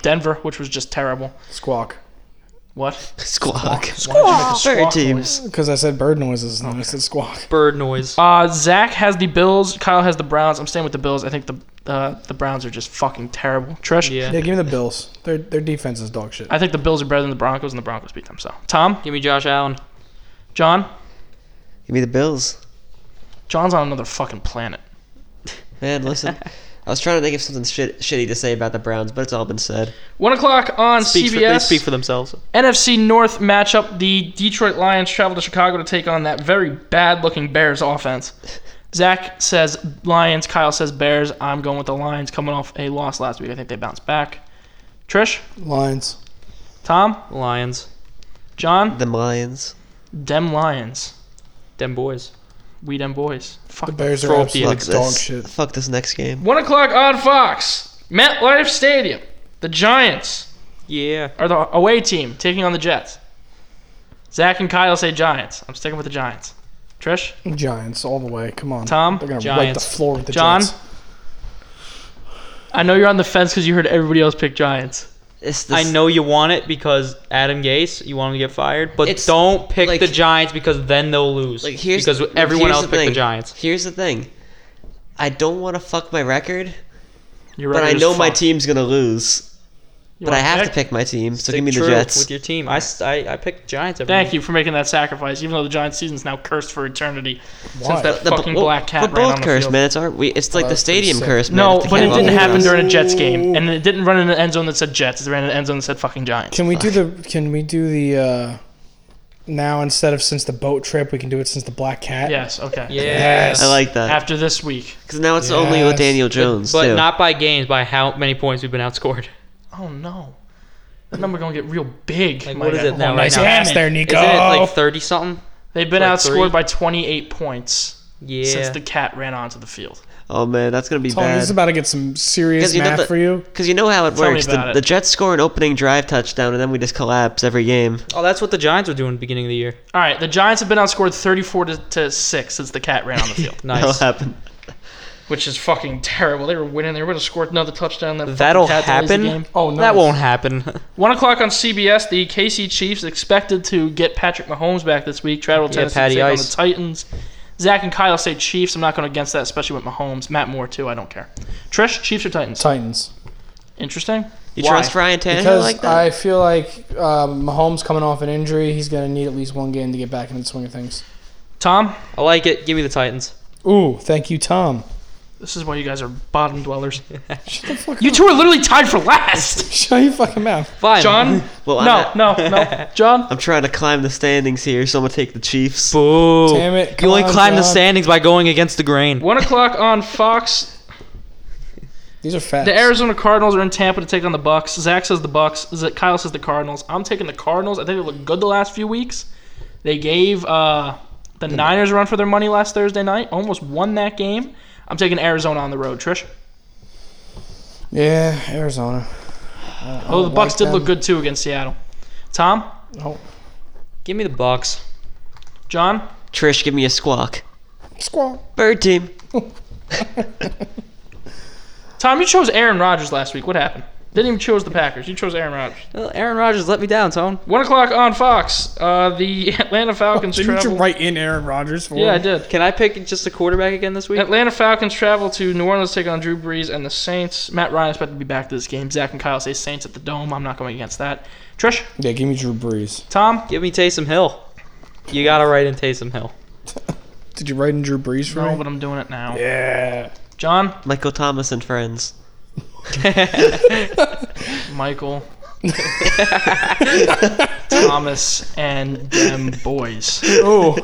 Speaker 3: Denver, which was just terrible.
Speaker 4: Squawk.
Speaker 3: What?
Speaker 2: Squawk.
Speaker 3: Squawk.
Speaker 2: Bird teams.
Speaker 4: Because I said bird noises and then I said squawk.
Speaker 1: Bird noise.
Speaker 3: Uh, Zach has the Bills. Kyle has the Browns. I'm staying with the Bills. I think the uh, the Browns are just fucking terrible. Trish.
Speaker 1: yeah.
Speaker 4: Yeah, give me the Bills. Their their defense is dog shit.
Speaker 3: I think the Bills are better than the Broncos, and the Broncos beat them. So Tom,
Speaker 1: Give me Josh Allen.
Speaker 3: John,
Speaker 2: Give me the Bills.
Speaker 3: John's on another fucking planet.
Speaker 2: Man, listen. I was trying to think of something shit, shitty to say about the Browns, but it's all been said.
Speaker 3: One o'clock on
Speaker 1: Speaks for, they
Speaker 3: CBS.
Speaker 1: speak for themselves.
Speaker 3: NFC North matchup. The Detroit Lions travel to Chicago to take on that very bad looking Bears offense. Zach says Lions. Kyle says Bears. I'm going with the Lions coming off a loss last week. I think they bounced back. Trish,
Speaker 4: Lions.
Speaker 3: Tom,
Speaker 1: Lions.
Speaker 3: John,
Speaker 2: The Lions.
Speaker 3: Dem Lions.
Speaker 1: Them boys.
Speaker 3: We Dem Boys. Fuck.
Speaker 4: The Bears are
Speaker 1: Throw up the
Speaker 4: absolute
Speaker 2: Fuck
Speaker 4: dog
Speaker 2: this.
Speaker 4: shit.
Speaker 2: Fuck this next game.
Speaker 3: One o'clock on Fox. MetLife Stadium. The Giants
Speaker 1: Yeah.
Speaker 3: are the away team taking on the Jets. Zach and Kyle say Giants. I'm sticking with the Giants. Trish,
Speaker 4: Giants all the way. Come on.
Speaker 3: Tom,
Speaker 4: They're gonna wipe the
Speaker 1: Giants.
Speaker 4: floor with the
Speaker 3: John?
Speaker 4: Jets.
Speaker 3: I know you're on the fence because you heard everybody else pick Giants.
Speaker 2: It's this,
Speaker 1: I know you want it because Adam Gase, you want him to get fired, but
Speaker 2: It's
Speaker 1: don't pick
Speaker 2: like-
Speaker 1: the Giants because then they'll lose.
Speaker 2: Like here's
Speaker 1: because
Speaker 2: like,
Speaker 1: everyone
Speaker 2: here's
Speaker 1: else picked
Speaker 2: thing.
Speaker 1: the Giants.
Speaker 2: Here's the thing. I don't want to fuck my record,
Speaker 3: You're
Speaker 2: but
Speaker 3: right,
Speaker 2: I
Speaker 3: you're
Speaker 2: know
Speaker 3: just
Speaker 2: my
Speaker 3: fucked.
Speaker 2: team's gonna lose.
Speaker 3: You
Speaker 2: But I
Speaker 3: wanna
Speaker 2: have to pick my team, so give me the
Speaker 1: True
Speaker 2: Jets.
Speaker 1: with your team. I, s- I, I picked Giants. Every
Speaker 3: Thank you for making that sacrifice, even though the Giants' season's now cursed for eternity.
Speaker 4: Why?
Speaker 3: that- fucking black cat
Speaker 2: We're
Speaker 3: ran
Speaker 2: both
Speaker 3: on the
Speaker 2: cursed,
Speaker 3: field.
Speaker 2: man. It's our, we, It's like
Speaker 4: Well,
Speaker 2: the
Speaker 4: that's pretty
Speaker 2: stadium
Speaker 4: sick.
Speaker 2: curse, man.
Speaker 3: No,
Speaker 2: If the
Speaker 3: but
Speaker 2: cat
Speaker 3: it didn't
Speaker 2: won't
Speaker 3: happen
Speaker 2: lose.
Speaker 3: during a Jets game, and it didn't run in an end zone that said Jets. It ran in an end zone that said fucking Giants.
Speaker 4: Can we do the can we do the uh now instead of since the boat trip we can do it since the black cat?
Speaker 3: Yes. Okay.
Speaker 1: Yeah.
Speaker 4: Yes.
Speaker 2: I like that
Speaker 3: After this week.
Speaker 2: because now it's only with
Speaker 4: Yes.
Speaker 2: Daniel Jones
Speaker 1: But
Speaker 2: too.
Speaker 1: not by games, by how many points we've been outscored.
Speaker 3: Oh no. That number gonna get real big.
Speaker 1: Like,
Speaker 3: my
Speaker 1: what is
Speaker 3: guy.
Speaker 1: it now?
Speaker 4: Nice
Speaker 1: right now?
Speaker 4: pass there, Nico.
Speaker 1: Isn't it like 30 something?
Speaker 3: They've been
Speaker 1: Like
Speaker 3: outscored
Speaker 1: three?
Speaker 3: by 28 points
Speaker 1: Yeah.
Speaker 3: since the cat ran onto the field.
Speaker 2: Oh man, that's gonna be
Speaker 4: Tony,
Speaker 2: bad.
Speaker 4: this is about to get some serious
Speaker 2: 'Cause you know
Speaker 4: math
Speaker 2: the-
Speaker 4: for you.
Speaker 2: Because you know how it
Speaker 3: Tell me
Speaker 2: works. The,
Speaker 3: about it.
Speaker 2: the Jets score an opening drive touchdown, and then we just collapse every game.
Speaker 1: oh, that's what the Giants were doing at the beginning of the year.
Speaker 3: All right, the Giants have been outscored 34 to, to 6 since the cat ran on the field,
Speaker 1: Nice.
Speaker 2: That'll happen.
Speaker 3: which is fucking terrible. They were winning. They would have scored another touchdown. That fucking
Speaker 1: That'll
Speaker 3: cat delays the
Speaker 1: happen.
Speaker 3: game.
Speaker 4: Oh, nice.
Speaker 1: That won't happen.
Speaker 3: One o'clock on CBS. The KC Chiefs expected to get Patrick Mahomes back this week. Travel to
Speaker 1: Yeah,
Speaker 3: Tennessee
Speaker 1: Patty
Speaker 3: to take on
Speaker 1: Ice.
Speaker 3: the Titans. Zach and Kyle say Chiefs. I'm not going against that, especially with Mahomes. Matt Moore too. I don't care. Trish, Chiefs or Titans?
Speaker 4: Titans.
Speaker 3: Interesting.
Speaker 2: You
Speaker 3: Why?
Speaker 2: trust Ryan Tannehill
Speaker 4: Because
Speaker 2: like that?
Speaker 4: I feel like um, Mahomes coming off an injury, he's going to need at least one game to get back in the swing of things.
Speaker 3: Tom,
Speaker 1: I like it. Give me the Titans.
Speaker 4: Ooh, thank you, Tom.
Speaker 3: this is why you guys are bottom dwellers.
Speaker 4: Shut the fuck
Speaker 3: You
Speaker 4: up.
Speaker 3: two are literally tied for last.
Speaker 4: Shut your fucking mouth.
Speaker 1: Fine.
Speaker 3: John,
Speaker 2: Well, I'm,
Speaker 3: no,
Speaker 2: not-
Speaker 3: no, no, John.
Speaker 2: I'm trying to climb the standings here, so I'm gonna take the Chiefs.
Speaker 1: Boo.
Speaker 4: Damn it,
Speaker 1: You
Speaker 4: come
Speaker 1: only
Speaker 4: on,
Speaker 1: climb the
Speaker 4: John.
Speaker 1: standings by going against the grain.
Speaker 3: One o'clock on Fox.
Speaker 4: These are facts.
Speaker 3: The Arizona Cardinals are in Tampa to take on the Bucks. Zach says the Bucks. Z- Kyle says the Cardinals. I'm taking the Cardinals. I think they look good the last few weeks. They gave uh, the Niners a run for their money last Thursday night. Almost won that game. I'm taking Arizona on the road. Trish.
Speaker 4: yeah, Arizona. I- I
Speaker 3: Oh, the
Speaker 4: don't
Speaker 3: Bucks
Speaker 4: like
Speaker 3: did
Speaker 4: them.
Speaker 3: look good too against Seattle. Tom,
Speaker 4: Oh,
Speaker 1: Give me the Bucks.
Speaker 3: John,
Speaker 2: Trish, give me a squawk.
Speaker 4: squawk.
Speaker 2: Bird team.
Speaker 3: Tom, you chose Aaron Rodgers last week. What happened? Didn't even choose the Packers. You chose Aaron Rodgers.
Speaker 1: Well, Aaron Rodgers let me down, Tone.
Speaker 3: One o'clock on Fox. Uh, the Atlanta Falcons
Speaker 4: Didn't Oh, you
Speaker 3: travel.
Speaker 4: write in Aaron Rodgers for
Speaker 3: yeah, I
Speaker 4: him?
Speaker 3: did.
Speaker 1: Can I pick just a quarterback again this week?
Speaker 3: Atlanta Falcons travel to New Orleans to take on Drew Brees and the Saints. Matt Ryan is expected to be back to this game. Zach and Kyle say Saints at the Dome. I'm not going against that. Trish,
Speaker 4: Yeah, give me Drew Brees.
Speaker 3: Tom,
Speaker 1: Give me Taysom Hill. You gotta write in Taysom Hill.
Speaker 4: Did you write in Drew Brees for
Speaker 3: no,
Speaker 4: me?
Speaker 3: but I'm doing it now.
Speaker 4: Yeah.
Speaker 3: John,
Speaker 2: Michael Thomas and friends.
Speaker 3: Michael, Thomas, and them boys.
Speaker 4: Ooh.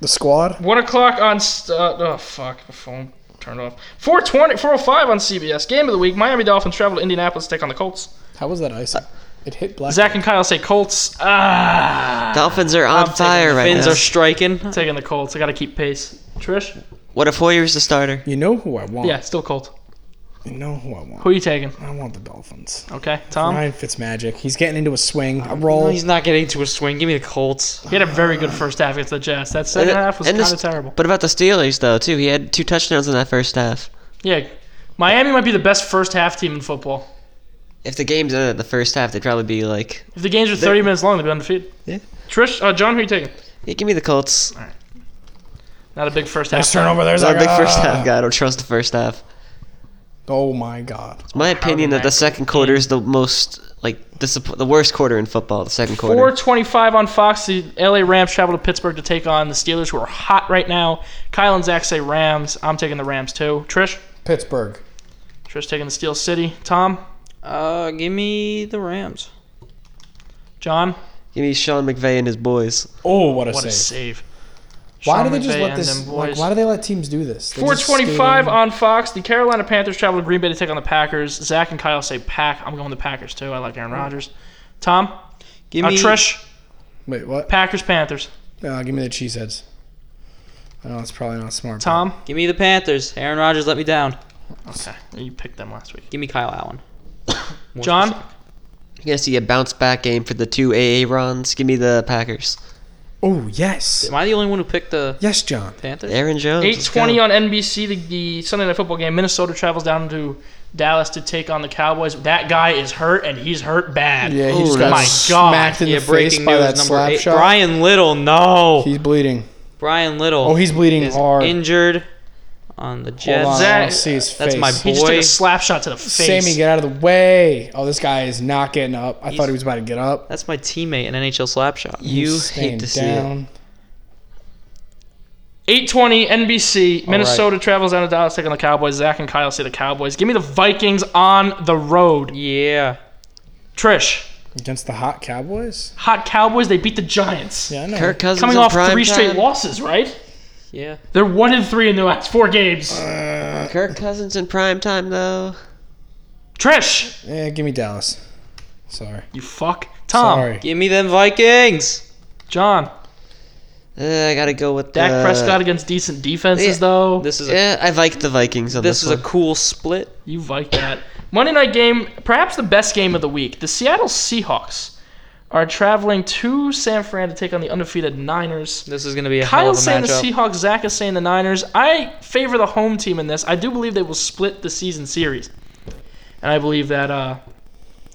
Speaker 4: the squad?
Speaker 3: One o'clock on. St- uh, oh fuck, the phone turned off. 420, 405 on CBS. Game of the week: Miami Dolphins travel to Indianapolis to take on the Colts.
Speaker 4: How was that icing? It hit black.
Speaker 3: Zach and Kyle say Colts. Ah,
Speaker 2: Dolphins are on
Speaker 3: taking
Speaker 2: fire
Speaker 3: the
Speaker 2: right
Speaker 1: Fins
Speaker 2: now.
Speaker 1: are striking.
Speaker 3: taking the Colts. I got to keep pace. Trish,
Speaker 2: what if Hoyer's the starter?
Speaker 4: You know who I want.
Speaker 3: yeah, still Colts.
Speaker 4: You know who I want.
Speaker 3: Who are you taking?
Speaker 4: I want the Dolphins.
Speaker 3: Okay, Tom.
Speaker 4: Ryan Fitzmagic. He's getting into a swing, a
Speaker 1: No,
Speaker 4: roll.
Speaker 1: he's not getting to a swing. Give me the Colts.
Speaker 3: He had a very good first half against the Jets. That second
Speaker 2: And-
Speaker 3: half was
Speaker 2: and
Speaker 3: kind
Speaker 2: this-
Speaker 3: of terrible.
Speaker 2: What about the Steelers though? Too, he had two touchdowns in that first half.
Speaker 3: Yeah, Miami might be the best first half team in football.
Speaker 2: If the game's ended at the first half, they'd probably be like,
Speaker 3: If the games are 30 minutes long, they'd be undefeated.
Speaker 2: Yeah.
Speaker 3: Trish, uh, John, who are you taking?
Speaker 2: "Yeah, give me the Colts."
Speaker 3: Not a big first half.
Speaker 4: Nice turnover. There's
Speaker 2: Not a
Speaker 4: like,
Speaker 2: big first
Speaker 4: ah.
Speaker 2: half guy. I don't trust the first half.
Speaker 4: Oh my god.
Speaker 2: It's my opinion that the second quarter is the most like disapp- the worst quarter in football. The second quarter.
Speaker 3: 425 on Fox. The LA Rams travel to Pittsburgh to take on the Steelers, who are hot right now. Kyle and Zach say Rams. I'm taking the Rams too. Trish,
Speaker 4: Pittsburgh.
Speaker 3: Trish taking the Steel City. Tom,
Speaker 1: Uh, give me the Rams.
Speaker 3: John,
Speaker 2: Give me Sean McVay and his boys.
Speaker 4: Oh, what a
Speaker 3: what a
Speaker 4: save.
Speaker 3: save.
Speaker 4: Why
Speaker 3: Sean
Speaker 4: do they just
Speaker 3: McVay
Speaker 4: let
Speaker 3: and
Speaker 4: this?
Speaker 3: them
Speaker 4: Like,
Speaker 3: boys.
Speaker 4: why do they let teams do this? They just
Speaker 3: 425
Speaker 4: stay-
Speaker 3: on Fox. The Carolina Panthers travel to Green Bay to take on the Packers. Zach and Kyle say Pack. I'm going the Packers too. I like Aaron Rodgers. Tom,
Speaker 1: Give
Speaker 3: uh,
Speaker 1: me
Speaker 3: Trish,
Speaker 4: Wait, what?
Speaker 3: Packers, Panthers.
Speaker 4: Uh, give me the cheeseheads. I know that's probably not smart. but-
Speaker 3: Tom,
Speaker 1: Give me the Panthers. Aaron Rodgers let me down.
Speaker 3: okay, you picked them last week.
Speaker 1: Give me Kyle Allen. More
Speaker 3: John,
Speaker 1: specific.
Speaker 2: You're gonna see a bounce back game for the two AA runs. Give me the Packers.
Speaker 4: Oh yes,
Speaker 1: Am I the only one who picked the
Speaker 4: yes, John.
Speaker 1: Panthers?
Speaker 2: Aaron Jones. let's
Speaker 3: 820
Speaker 2: go.
Speaker 3: on NBC. The, the Sunday night football game. Minnesota travels down to Dallas to take on the Cowboys. That guy is hurt, and he's hurt bad.
Speaker 4: Yeah, he
Speaker 2: Oh,
Speaker 4: just got
Speaker 2: my
Speaker 4: smacked in
Speaker 1: yeah,
Speaker 4: the face
Speaker 1: breaking
Speaker 4: by
Speaker 1: news
Speaker 4: that
Speaker 1: number
Speaker 4: slap
Speaker 1: eight.
Speaker 4: shot.
Speaker 1: Brian Little, no.
Speaker 4: He's bleeding.
Speaker 1: Brian Little.
Speaker 4: Oh, he's bleeding
Speaker 1: is
Speaker 4: hard.
Speaker 1: injured on the
Speaker 4: Hold on, I
Speaker 1: Jets.
Speaker 3: Zach-
Speaker 4: want to see his
Speaker 1: that's
Speaker 4: face.
Speaker 1: my
Speaker 3: He just took
Speaker 1: Boy.
Speaker 3: a slap shot to the face.
Speaker 4: Sammy, get out of the way. Oh, this guy is not getting up. I thought he was about to get up.
Speaker 1: That's my teammate in NHL Slapshot.
Speaker 2: You
Speaker 4: He's
Speaker 2: hate to see
Speaker 4: staying
Speaker 2: it.
Speaker 4: down.
Speaker 3: 820 NBC. Minnesota travels down to Dallas taking the Cowboys. Zach and Kyle say the Cowboys. Give me the Vikings on the road.
Speaker 1: Yeah.
Speaker 3: Trish,
Speaker 4: against the hot Cowboys.
Speaker 3: hot Cowboys. They beat the Giants.
Speaker 4: Yeah, I know.
Speaker 2: Kirk Cousins
Speaker 3: Coming
Speaker 2: in
Speaker 3: off
Speaker 2: prime
Speaker 3: three straight
Speaker 2: time.
Speaker 3: losses, right?
Speaker 1: Yeah.
Speaker 3: They're one and three in the last four games.
Speaker 4: Uh,
Speaker 2: Kirk Cousins in prime time though.
Speaker 3: Trish,
Speaker 4: eh, give me Dallas. Sorry.
Speaker 3: you fuck. Tom,
Speaker 4: Sorry.
Speaker 1: Give me them Vikings.
Speaker 3: John,
Speaker 2: Uh, I gotta go with
Speaker 3: Dak
Speaker 2: the-
Speaker 3: Prescott against decent defenses,
Speaker 2: yeah,
Speaker 3: though.
Speaker 1: This is a,
Speaker 2: Yeah, I like the Vikings on
Speaker 1: this
Speaker 2: this.
Speaker 1: is a
Speaker 2: one.
Speaker 1: cool split.
Speaker 3: You like that. Monday night game, perhaps the best game of the week. The Seattle Seahawks are traveling to San Fran to take on the undefeated Niners.
Speaker 1: This is going to be a hell of
Speaker 3: Kyle's
Speaker 1: a
Speaker 3: saying the
Speaker 1: matchup.
Speaker 3: Seahawks, Zach is saying the Niners. I favor the home team in this. I do believe they will split the season series. And I believe that uh,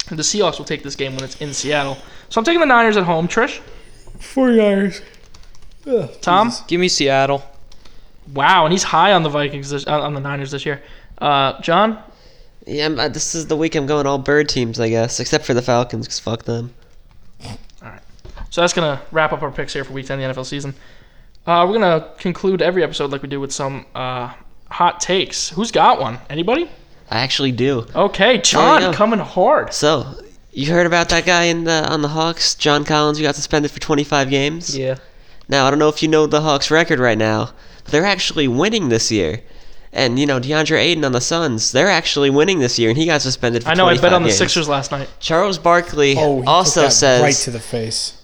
Speaker 3: the Seahawks will take this game when it's in Seattle. So I'm taking the Niners at home. Trish?
Speaker 4: 49ers. Ugh,
Speaker 3: Tom?
Speaker 4: Jesus.
Speaker 1: Give me Seattle.
Speaker 3: Wow, and he's high on the Vikings, this, on on the Niners this year. Uh, John?
Speaker 2: Yeah, I'm, uh, this is the week I'm going all bird teams, I guess, except for the Falcons, 'cause fuck them.
Speaker 3: So that's going to wrap up our picks here for week 10 of the NFL season. Uh, we're going to conclude every episode like we do with some uh, hot takes. Who's got one? Anybody?
Speaker 2: I actually do.
Speaker 3: Okay, John
Speaker 2: yeah.
Speaker 3: coming hard.
Speaker 2: So, you heard about that guy in the on the Hawks, John Collins, who got suspended for 25 games?
Speaker 1: Yeah.
Speaker 2: Now, I don't know if you know the Hawks' record right now, but they're actually winning this year. And, you know, DeAndre Ayton on the Suns, they're actually winning this year, and he got suspended for
Speaker 3: I know I
Speaker 2: 25
Speaker 3: bet on the
Speaker 2: games.
Speaker 3: Sixers last night.
Speaker 2: Charles Barkley
Speaker 4: Oh, he also
Speaker 2: also
Speaker 4: took that
Speaker 2: says
Speaker 4: right to the face.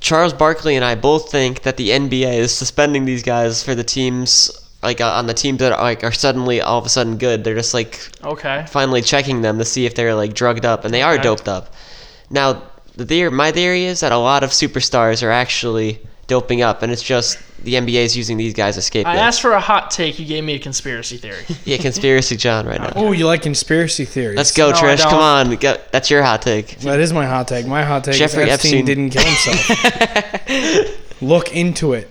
Speaker 2: Charles Barkley and I both think that the NBA is suspending these guys for the teams like uh, on the teams that are, like are suddenly all of a sudden good. They're just like
Speaker 3: Okay.
Speaker 2: finally checking them to see if they're like drugged up, and they are
Speaker 3: Okay.
Speaker 2: doped up. Now, the theory, my theory is that a lot of superstars are actually doping up, and it's just the NBA is using these guys as
Speaker 3: I
Speaker 2: scapegoats.
Speaker 3: asked for a hot take. You gave me a conspiracy theory.
Speaker 2: yeah, conspiracy John right now.
Speaker 4: Oh, you like conspiracy theories?
Speaker 2: Let's go,
Speaker 3: No, I
Speaker 2: Trish. Come
Speaker 3: don't.
Speaker 2: on, go. that's your hot take.
Speaker 4: That is my hot take. My hot take
Speaker 2: Jeffrey
Speaker 4: is Epstein,
Speaker 2: Epstein.
Speaker 4: didn't kill himself. Look into it.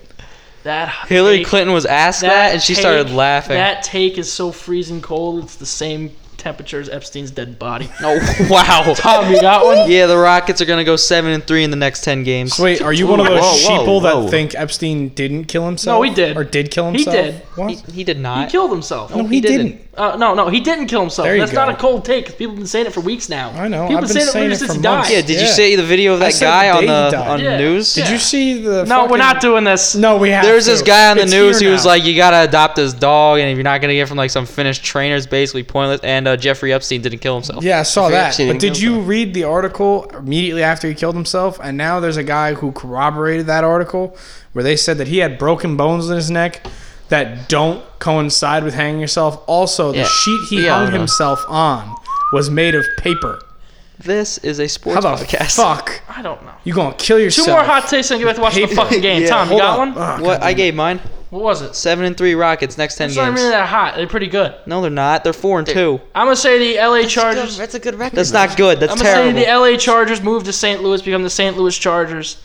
Speaker 3: That hot
Speaker 1: Hillary
Speaker 3: take-
Speaker 1: Clinton was asked that, and she
Speaker 3: take-
Speaker 1: started laughing.
Speaker 3: That take is so freezing cold. It's the same temperature as Epstein's dead body.
Speaker 1: oh wow.
Speaker 3: Tom, you got one?
Speaker 1: Yeah, the Rockets are going to go 7 and 3 in the next 10 games.
Speaker 4: So wait, are you one of those
Speaker 2: Whoa, whoa,
Speaker 4: sheeple
Speaker 2: whoa.
Speaker 4: that think Epstein didn't kill himself?
Speaker 3: No, he did.
Speaker 4: Or did kill
Speaker 3: He
Speaker 4: himself?
Speaker 3: did.
Speaker 4: What?
Speaker 1: He, he did
Speaker 3: He
Speaker 1: not.
Speaker 3: killed himself.
Speaker 4: no, he,
Speaker 1: he
Speaker 4: didn't.
Speaker 1: didn't.
Speaker 3: Uh, no, no, he didn't kill himself.
Speaker 4: There you
Speaker 3: That's
Speaker 4: go.
Speaker 3: not a cold take. 'cause People have been saying it for weeks now.
Speaker 4: I know,
Speaker 3: People
Speaker 4: I've been
Speaker 3: have saying it
Speaker 4: saying
Speaker 3: ever
Speaker 4: it
Speaker 3: since
Speaker 4: for
Speaker 3: he
Speaker 4: months.
Speaker 3: died.
Speaker 1: yeah, did you
Speaker 4: Yeah.
Speaker 1: see the video of
Speaker 4: I
Speaker 1: that
Speaker 4: said
Speaker 1: guy
Speaker 4: the
Speaker 1: on
Speaker 4: day he
Speaker 1: the
Speaker 4: died.
Speaker 1: on
Speaker 3: Yeah.
Speaker 1: the news?
Speaker 4: Did
Speaker 3: Yeah.
Speaker 4: you see the?
Speaker 3: No, we're
Speaker 4: fucking-
Speaker 3: not doing this.
Speaker 4: No, we have.
Speaker 1: There was
Speaker 4: to.
Speaker 1: this guy on the
Speaker 4: It's
Speaker 1: news
Speaker 4: here
Speaker 1: who was
Speaker 4: now.
Speaker 1: like, "You gotta adopt this dog, and if you're not gonna get it from like some Finnish trainer, it's basically pointless." And uh, Jeffrey Epstein didn't kill himself.
Speaker 4: Yeah, I saw
Speaker 2: Jeffrey
Speaker 4: that.
Speaker 2: Epstein
Speaker 4: But
Speaker 2: didn't
Speaker 4: did
Speaker 2: kill
Speaker 4: you read the article immediately after he killed himself? And now there's a guy who corroborated that article where they said that he had broken bones in his neck that don't coincide with hanging yourself. Also, the
Speaker 2: Yeah.
Speaker 4: sheet he
Speaker 2: Yeah, I
Speaker 4: hung
Speaker 2: know.
Speaker 4: himself on was made of paper.
Speaker 1: This is a
Speaker 4: How
Speaker 1: sports
Speaker 4: the
Speaker 1: podcast.
Speaker 4: fuck?
Speaker 3: I don't know.
Speaker 4: You gonna kill
Speaker 3: Two
Speaker 4: yourself?
Speaker 3: more hot takes and get back to watching the
Speaker 4: Paper.
Speaker 3: fucking game.
Speaker 1: Yeah,
Speaker 3: Tom,
Speaker 4: Hold
Speaker 3: you got
Speaker 4: on. Uh,
Speaker 3: one?
Speaker 4: Ugh,
Speaker 1: What I gave mine
Speaker 3: What was it?
Speaker 1: seven and three Rockets next ten
Speaker 3: It's not
Speaker 1: games.
Speaker 3: really that hot. They're pretty good.
Speaker 1: No, they're not. They're four and two.
Speaker 3: I'm gonna say the LA
Speaker 2: That's a
Speaker 3: Chargers.
Speaker 2: good- That's a good record.
Speaker 1: That's not good. That's
Speaker 3: I'm gonna
Speaker 1: terrible.
Speaker 3: say the LA Chargers move to St. Louis, become the St. Louis Chargers.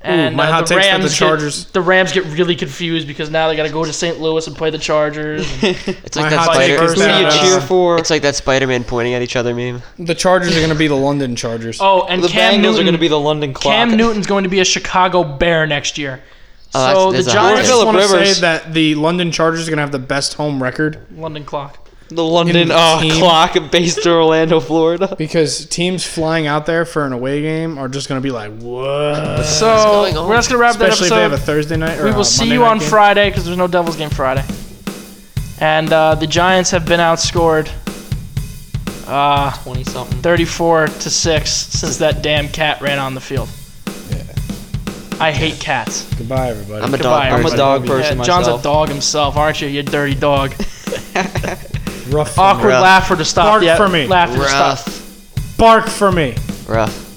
Speaker 3: And
Speaker 4: my
Speaker 3: uh,
Speaker 4: hot
Speaker 3: the
Speaker 4: take's that the
Speaker 3: Rams
Speaker 4: Chargers-
Speaker 3: Get, the Rams get really confused because now they got to go to St. Louis and play the Chargers.
Speaker 2: It's
Speaker 4: My
Speaker 2: like that
Speaker 4: hot take
Speaker 2: spider.
Speaker 4: is
Speaker 1: Who do you
Speaker 4: that, uh,
Speaker 1: cheer for?
Speaker 2: It's like that Spider-Man pointing at each other meme.
Speaker 4: The Chargers are gonna be the London Chargers.
Speaker 3: oh, and
Speaker 1: the
Speaker 3: Cam
Speaker 1: Bengals
Speaker 3: Newton
Speaker 1: are gonna be the London Clock.
Speaker 3: Cam Newton's going to be a Chicago Bear next year.
Speaker 2: Oh,
Speaker 3: so the
Speaker 2: that's- that's a
Speaker 4: I
Speaker 1: Or
Speaker 3: Giants,
Speaker 4: just
Speaker 1: Phillip
Speaker 4: want to say
Speaker 1: Rivers.
Speaker 4: that the London Chargers are gonna have the best home record
Speaker 3: London Clock.
Speaker 1: the London
Speaker 4: Newton's
Speaker 1: uh,
Speaker 4: team.
Speaker 1: Clock, based in Orlando, Florida.
Speaker 4: because teams flying out there for an away game are just gonna be like, what?
Speaker 3: So
Speaker 2: going on?
Speaker 3: we're just gonna wrap
Speaker 4: Especially if
Speaker 3: that
Speaker 4: they
Speaker 3: episode.
Speaker 4: have a Thursday night. Or
Speaker 3: we
Speaker 4: a
Speaker 3: will see
Speaker 4: uh, Monday
Speaker 3: you
Speaker 4: night
Speaker 3: on
Speaker 4: game.
Speaker 3: Friday because there's no Devils game Friday. And uh, the Giants have been outscored uh,
Speaker 1: Twenty something.
Speaker 3: 34 to 6 since that damn cat ran on the field. I hate cats.
Speaker 4: Goodbye, everybody.
Speaker 2: I'm a
Speaker 3: Goodbye,
Speaker 2: dog.
Speaker 1: I'm a
Speaker 2: person.
Speaker 1: dog person
Speaker 3: Yeah,
Speaker 1: myself.
Speaker 3: John's a dog himself, aren't you? You dirty dog.
Speaker 4: Rough.
Speaker 3: Awkward
Speaker 2: Rough.
Speaker 3: laugh for the stop.
Speaker 4: Bark
Speaker 3: yeah,
Speaker 4: for me.
Speaker 3: Laugh for the stop.
Speaker 2: Rough,
Speaker 4: Bark for me.
Speaker 2: rough.